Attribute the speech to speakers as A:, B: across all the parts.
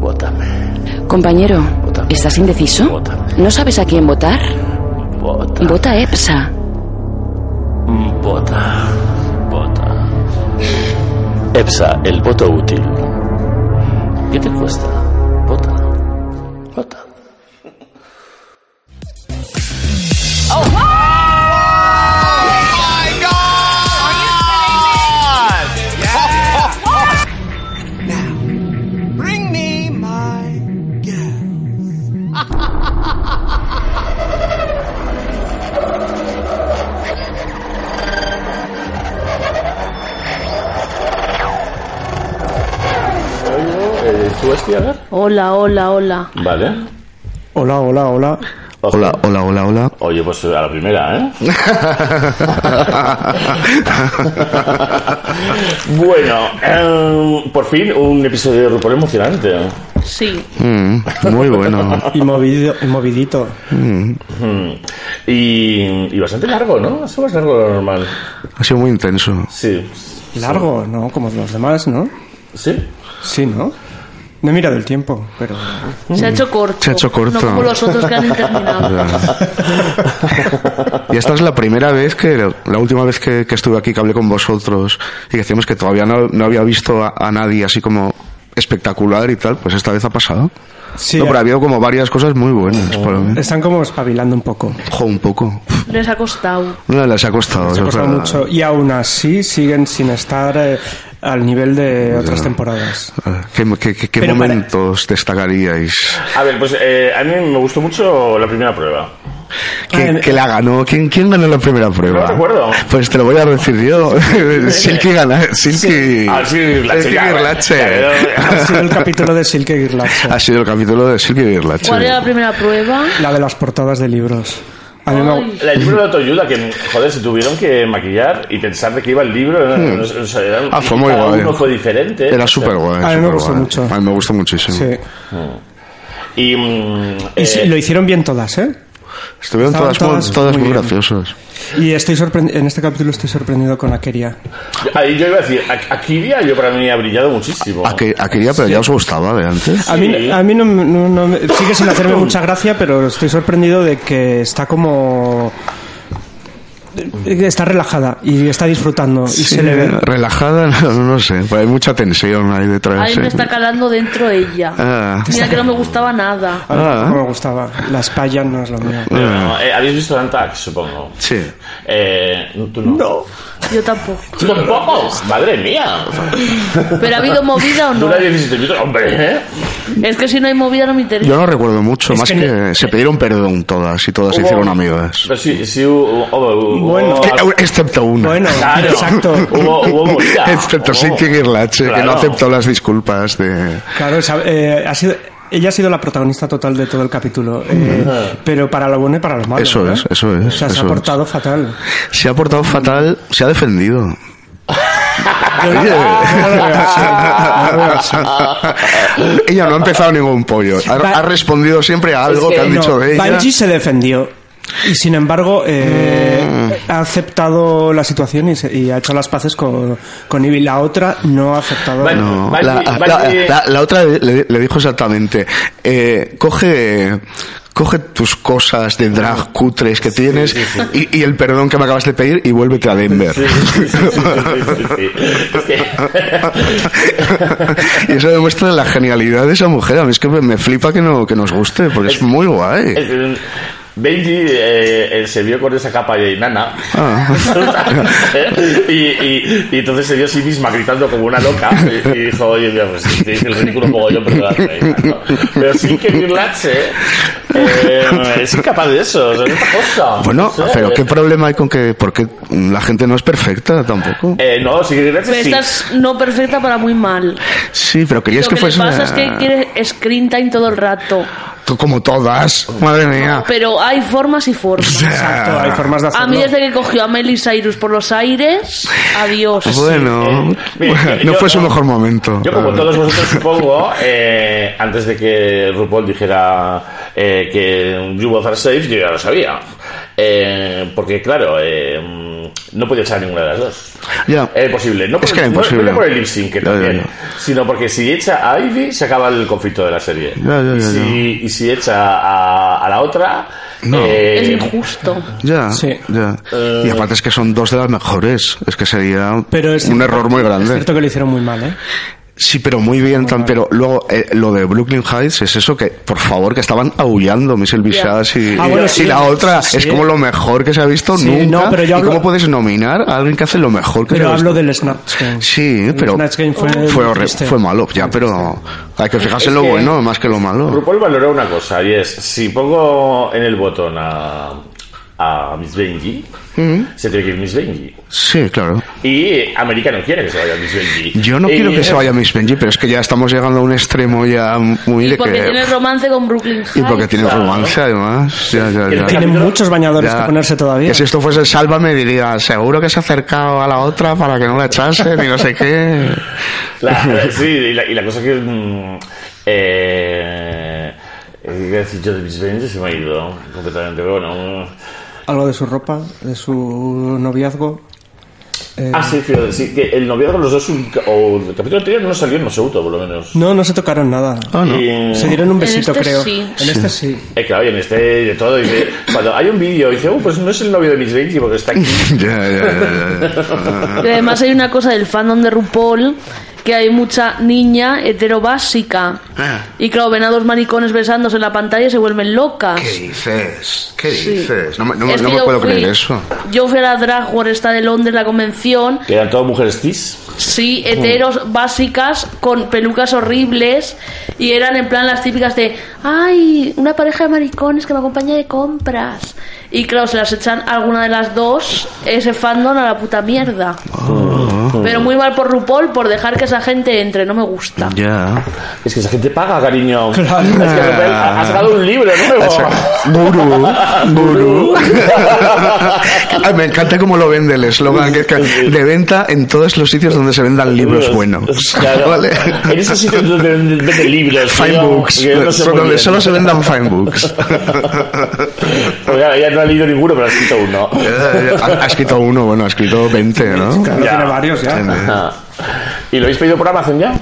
A: Vótame,
B: Compañero,
A: Vota.
B: ¿estás indeciso?
A: Vota.
B: ¿No sabes a quién votar?
A: vota,
B: Vota a EPSA.
A: vota, vota. EPSA, el voto útil. ¿Qué te cuesta? Vota, vota.
C: Bring me my gas.
A: Eh, ¿Tú vas a ver?
D: Hola, hola, hola.
A: Vale.
E: Hola, hola, hola.
F: Hola, hola, hola, hola.
A: Oye, pues a la primera, ¿eh? bueno, eh, por fin un episodio de RuPaul emocionante.
D: Sí.
F: Mm, muy bueno.
E: Y movido, y movidito.
A: Mm. Y, y bastante largo, ¿no? Eso más largo de lo normal.
F: Ha sido muy intenso.
A: Sí.
E: Largo, ¿no? Como los demás, ¿no?
A: ¿Sí?
E: Sí, ¿no? No he mirado el tiempo, pero...
D: Se ha hecho corto.
F: Se ha hecho corto.
D: No como los otros que han interminado.
F: Y esta es la primera vez que, la última vez que, que estuve aquí, que hablé con vosotros y que decíamos que todavía no, no había visto a, a nadie así como espectacular y tal, pues esta vez ha pasado.
E: Sí,
F: no, pero ha habido como varias cosas muy buenas para mí.
E: están como espabilando un poco.
F: Jo, un poco.
D: Les ha costado.
F: No, les ha costado.
E: Se ha
F: es
E: costado
F: verdad.
E: mucho. Y aún así siguen sin estar eh, al nivel de otras temporadas.
F: ¿Qué, qué- qué- qué
E: Pero para-
F: momentos destacaríais?
A: A ver, pues eh, a mí me gustó mucho la primera prueba.
F: ¿Quién,
E: Ah,
F: que la ganó? ¿Quién, ¿Quién ganó la primera prueba?
A: No recuerdo.
F: Pues te lo voy a decir yo. Silky gana. Silky.
A: Ah, sí,
F: Silky
A: Girlache, ya,
F: Girlache.
A: ya,
E: Ha
A: ya.
E: sido el capítulo de Silke Girlache,
F: Ha sido el capítulo de Silky Girlache.
D: ¿Cuál era la primera prueba?
E: la de las portadas de libros. A mí me-
D: Ay.
A: El libro de autoayuda que, joder, se tuvieron que maquillar y pensar de que iba el libro. no, no, no, o sea, era-
F: Ah, fue muy
A: cada
F: guay.
A: uno fue diferente.
F: Era súper guay.
E: A mí me
F: superguay.
E: gustó mucho.
F: A mí me gustó muchísimo.
E: Sí.
A: Y, mm,
E: Y sí,
A: eh,
E: lo hicieron bien todas, ¿eh?
F: Estuvieron
E: Estaban
F: todas, muy,
E: todas
F: todas
E: muy
F: muy
E: bien.
F: graciosas.
E: Y estoy sorprendido, en este capítulo estoy sorprendido con Akeria.
A: ahí yo iba a decir, a- Akiria yo para mí ha brillado muchísimo.
F: Aqu- Aquella, pero ya os gustaba de antes.
E: A mí, a mí no, me- no- no me- sigue sin hacerme mucha gracia, pero estoy sorprendido de que está como... Está relajada y está disfrutando. Y se le ve...
F: Relajada, no, no sé. Pero hay mucha tensión ahí detrás.
D: Ahí
F: sí.
D: me está calando dentro ella.
F: Ah.
D: Mira que no me gustaba nada.
E: A mí
F: Ah.
E: tampoco me gustaba. La espalda no es lo mío.
A: Pero no, eh, Habéis visto Antax, supongo.
F: Sí.
A: Eh, no, tú no.
D: Yo tampoco.
A: ¿Tú tampoco? Madre mía.
D: ¿Pero ha habido movida o no?
A: Dura 17 minutos. Hombre, ¿eh?
D: Es que si no hay movida no me interesa.
F: Yo no recuerdo mucho, más
E: que
F: que,
E: no-
F: se pidieron perdón todas y todas se
A: Hubo-
F: hicieron amigas.
A: Pero sí, sí hubo- hubo- hubo-
E: Bueno.
A: hubo-
F: Eh, Excepto una.
E: Bueno,
A: Claro.
E: exacto.
A: Hubo, hubo movida.
F: Excepto
A: Hubo-
F: Silke Girlache, que
A: Claro.
F: no aceptó las disculpas de...
E: Claro, o sea, eh, ha sido, ella ha sido la protagonista total de todo el capítulo. eh, pero para lo bueno y para lo malo.
F: Ah. Eso
E: ¿no?
F: es, eso es,
E: O sea, se
F: eso
E: ha
F: es.
E: portado fatal.
F: Se ha portado fatal, se ha defendido. Oye.
E: No lo veo así, no lo veo así.
F: ella no ha empezado ningún pollo. Ha,
E: Va-
F: ha respondido siempre a algo
E: Es
F: que han
E: Eh, no,
F: dicho de ella.
E: Bungie se defendió. Y sin embargo, eh,
F: Mm.
E: ha aceptado la situación y, se- y ha hecho las paces con, con Ivy. La otra no ha aceptado.
A: Bueno,
F: No,
A: Bungie-
F: la,
A: Bungie-
D: Eh,
F: la- la- la otra le, le dijo exactamente, eh, coge, coge tus cosas de drag cutres que tienes Y, y el perdón que me acabas de pedir y vuélvete a Denver.
A: Sí, sí, sí, sí, sí, sí, sí. Es que-
F: y eso demuestra la genialidad de esa mujer. A mí es que me, me flipa que, no, que nos guste, porque es muy guay.
A: es- Benji eh, eh, se vio con esa capa de nana.
F: Ah.
A: y, y- y entonces se vio a sí misma gritando como una loca. Y, y dijo, oye, mira, pues te hice el ridículo un poco yo, pero la reina, ¿no? Pero sin quererlache, eh, es incapaz de eso, o sea, de esta cosa.
F: Bueno,
A: No sé.
F: pero ¿qué problema hay con que.? Porque la gente no es perfecta tampoco.
A: Eh, no, sin quererlache
D: Pero
A: sí.
D: estás no perfecta para muy mal.
F: Sí, pero querías
D: Lo
F: que
D: que, le
F: fuese.
D: pasa es que quiere screen time todo el rato.
F: Tú Como todas. Madre mía.
D: Pero hay formas y formas.
E: Exacto, hay formas de hacerlo.
D: A mí desde que cogió a Miley Cyrus por los aires, adiós.
F: Bueno,
A: eh, Mira,
F: no
A: yo-
F: fue su
A: yo-
F: mejor momento.
A: Yo, como todos vosotros, supongo, eh, antes de que RuPaul dijera eh, que You Both Are Safe, yo ya lo sabía. Eh, porque, claro, eh, no podía echar ninguna de las dos.
F: Ya.
A: Era imposible. No por,
F: Es que era
A: no-
F: imposible.
A: no por el lip sync, que
F: Ya, ya,
A: también,
F: ya.
A: sino porque si echa a Ivy, se acaba el conflicto de la serie.
F: Ya, ya,
A: y,
F: ya,
A: si, y si echa a, a la otra. eh,
D: Es injusto.
F: Ya,
E: Sí.
F: ya. Y aparte es que son dos de las mejores. Es que sería
E: Pero es
F: un
E: cierto-
F: error muy
E: Es
F: grande.
E: cierto que lo hicieron muy mal, ¿eh?
F: Sí, pero muy bien. tan- pero luego eh, lo de Brooklyn Heights es eso que, por favor, que estaban aullando Michelle Visage y,
E: Ah,
F: y-
E: bueno,
F: y
E: sí.
F: la otra
E: Sí.
F: es como lo mejor que se ha visto
E: Sí,
F: nunca.
E: no, pero yo
F: ¿Y
E: hablo-
F: cómo puedes nominar a alguien que hace lo mejor que se
E: Pero
F: ha
E: hablo
F: visto?
E: del Snatch Game.
F: Sí,
E: El
F: pero
E: Snatch Game fue,
F: fue,
E: muy
F: horri-
E: triste.
F: fue malo, ya, pero hay que fijarse en
A: Es
F: lo
A: que-
F: bueno más que lo malo.
A: RuPaul valoró una cosa y es si pongo en el botón a, a Miss Benji,
F: Mm.
A: se tiene que ir Miss Benji.
F: Sí, claro.
A: Y América no quiere que se vaya Miss Benji.
F: Yo no
A: Y-
F: quiero que se vaya Miss Benji, pero es que ya estamos llegando a un extremo ya muy de
D: Porque
F: que...
D: tiene romance con Brooklyn Heights.
F: Y porque tiene romance, además. Ya, ya, ya.
E: Tienen muchos bañadores
F: Ya.
E: que ponerse todavía.
F: Que si esto fuese el Sálvame diría, seguro que se ha acercado a la otra para que no la echasen y no sé qué.
A: La- la- sí, y la, y la cosa que. mm, eh, ¿Qué iba a decir yo de Miss Benji? Se me ha ido completamente. Pero bueno. mm.
E: Algo de su ropa, de su noviazgo. Eh,
A: Ah, sí, fíjate, sí, que el noviazgo de los dos, un ca- o el capítulo anterior no salió en absoluto, por lo menos.
E: No, no se tocaron nada.
A: Y-
E: Se dieron un besito,
D: Mm. este
E: creo.
D: sí.
E: En este sí.
A: Eh, claro, y en este y de todo, dice, cuando hay un vídeo, dice, uh, pues no es el novio de Miss Benji porque está aquí.
F: Ya, ya, ya, ya.
D: Que además hay una cosa del fandom de RuPaul que hay mucha niña heterobásica.
F: Ah.
D: Y claro, ven a dos maricones besándose en la pantalla y se vuelven locas.
F: ¿Qué dices? ¿Qué
D: Sí.
F: dices? No, me- no me-
D: Es
F: no
D: que
F: me
D: yo
F: puedo
D: fui-
F: creer eso.
D: Yo fui a la Drag War esta de Londres, la convención,
A: Que eran todas mujeres cis.
D: sí,
F: Uh.
D: heteros básicas con pelucas horribles y eran en plan las típicas de, ay, una pareja de maricones que me acompaña de compras. Y claro, se las echan a alguna de las dos, ese fandom a la puta mierda.
F: Ah.
D: Pero muy mal por RuPaul por dejar que esa gente entre, no me gusta.
F: Ya.
A: Es que esa gente paga, cariño.
E: Claro.
A: Es que ha ha sacado un libro nuevo.
F: Guru, guru. Ay, me encanta cómo lo vende el eslogan, que es que de venta en todos los sitios donde se vendan libros buenos.
A: Claro. Pues
F: ¿Vale?
A: En esos sitios donde venden venden libros.
F: Fine
A: yo no-
F: books,
A: yo no sé muy
F: donde
A: bien.
F: solo se vendan fine books.
A: Porque ahora ya no ha leído ninguno, pero ha escrito uno.
F: Eh, ha, ha escrito uno, bueno, ha escrito 20, ¿no?
E: Claro,
A: Ya.
E: tiene varios ya.
F: Eh,
A: Ah. ¿Y lo habéis pedido por Amazon ya?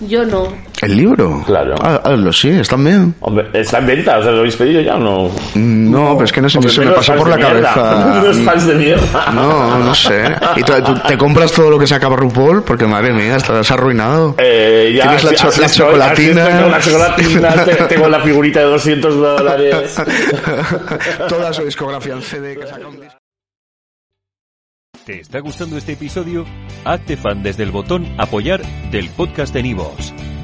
D: Yo no.
F: El libro.
A: Claro.
F: Ah, ah, lo sí, están bien.
A: Hombre, está en venta, o sea, ¿lo habéis pedido ya o no?
F: No, pero es que no sé,
A: Hombre,
F: se me
A: menos
F: pasó
A: fans
F: por
A: de
F: la
A: mierda. Menos
F: cabeza.
A: fans de mierda.
F: No, no sé. Y tú, tú te compras todo lo que saca RuPaul, porque madre mía, estás arruinado.
A: Eh, ya,
F: Tienes la
A: así-
F: cho-
A: así
F: la
A: estoy,
F: chocolatina.
A: así estoy, Tengo la chocolatina, te- tengo la figurita de 200 dólares.
F: Toda su discografía en CD que saca un disco.
G: ¿Te está gustando este episodio? Hazte fan desde el botón Apoyar del podcast de Nivos.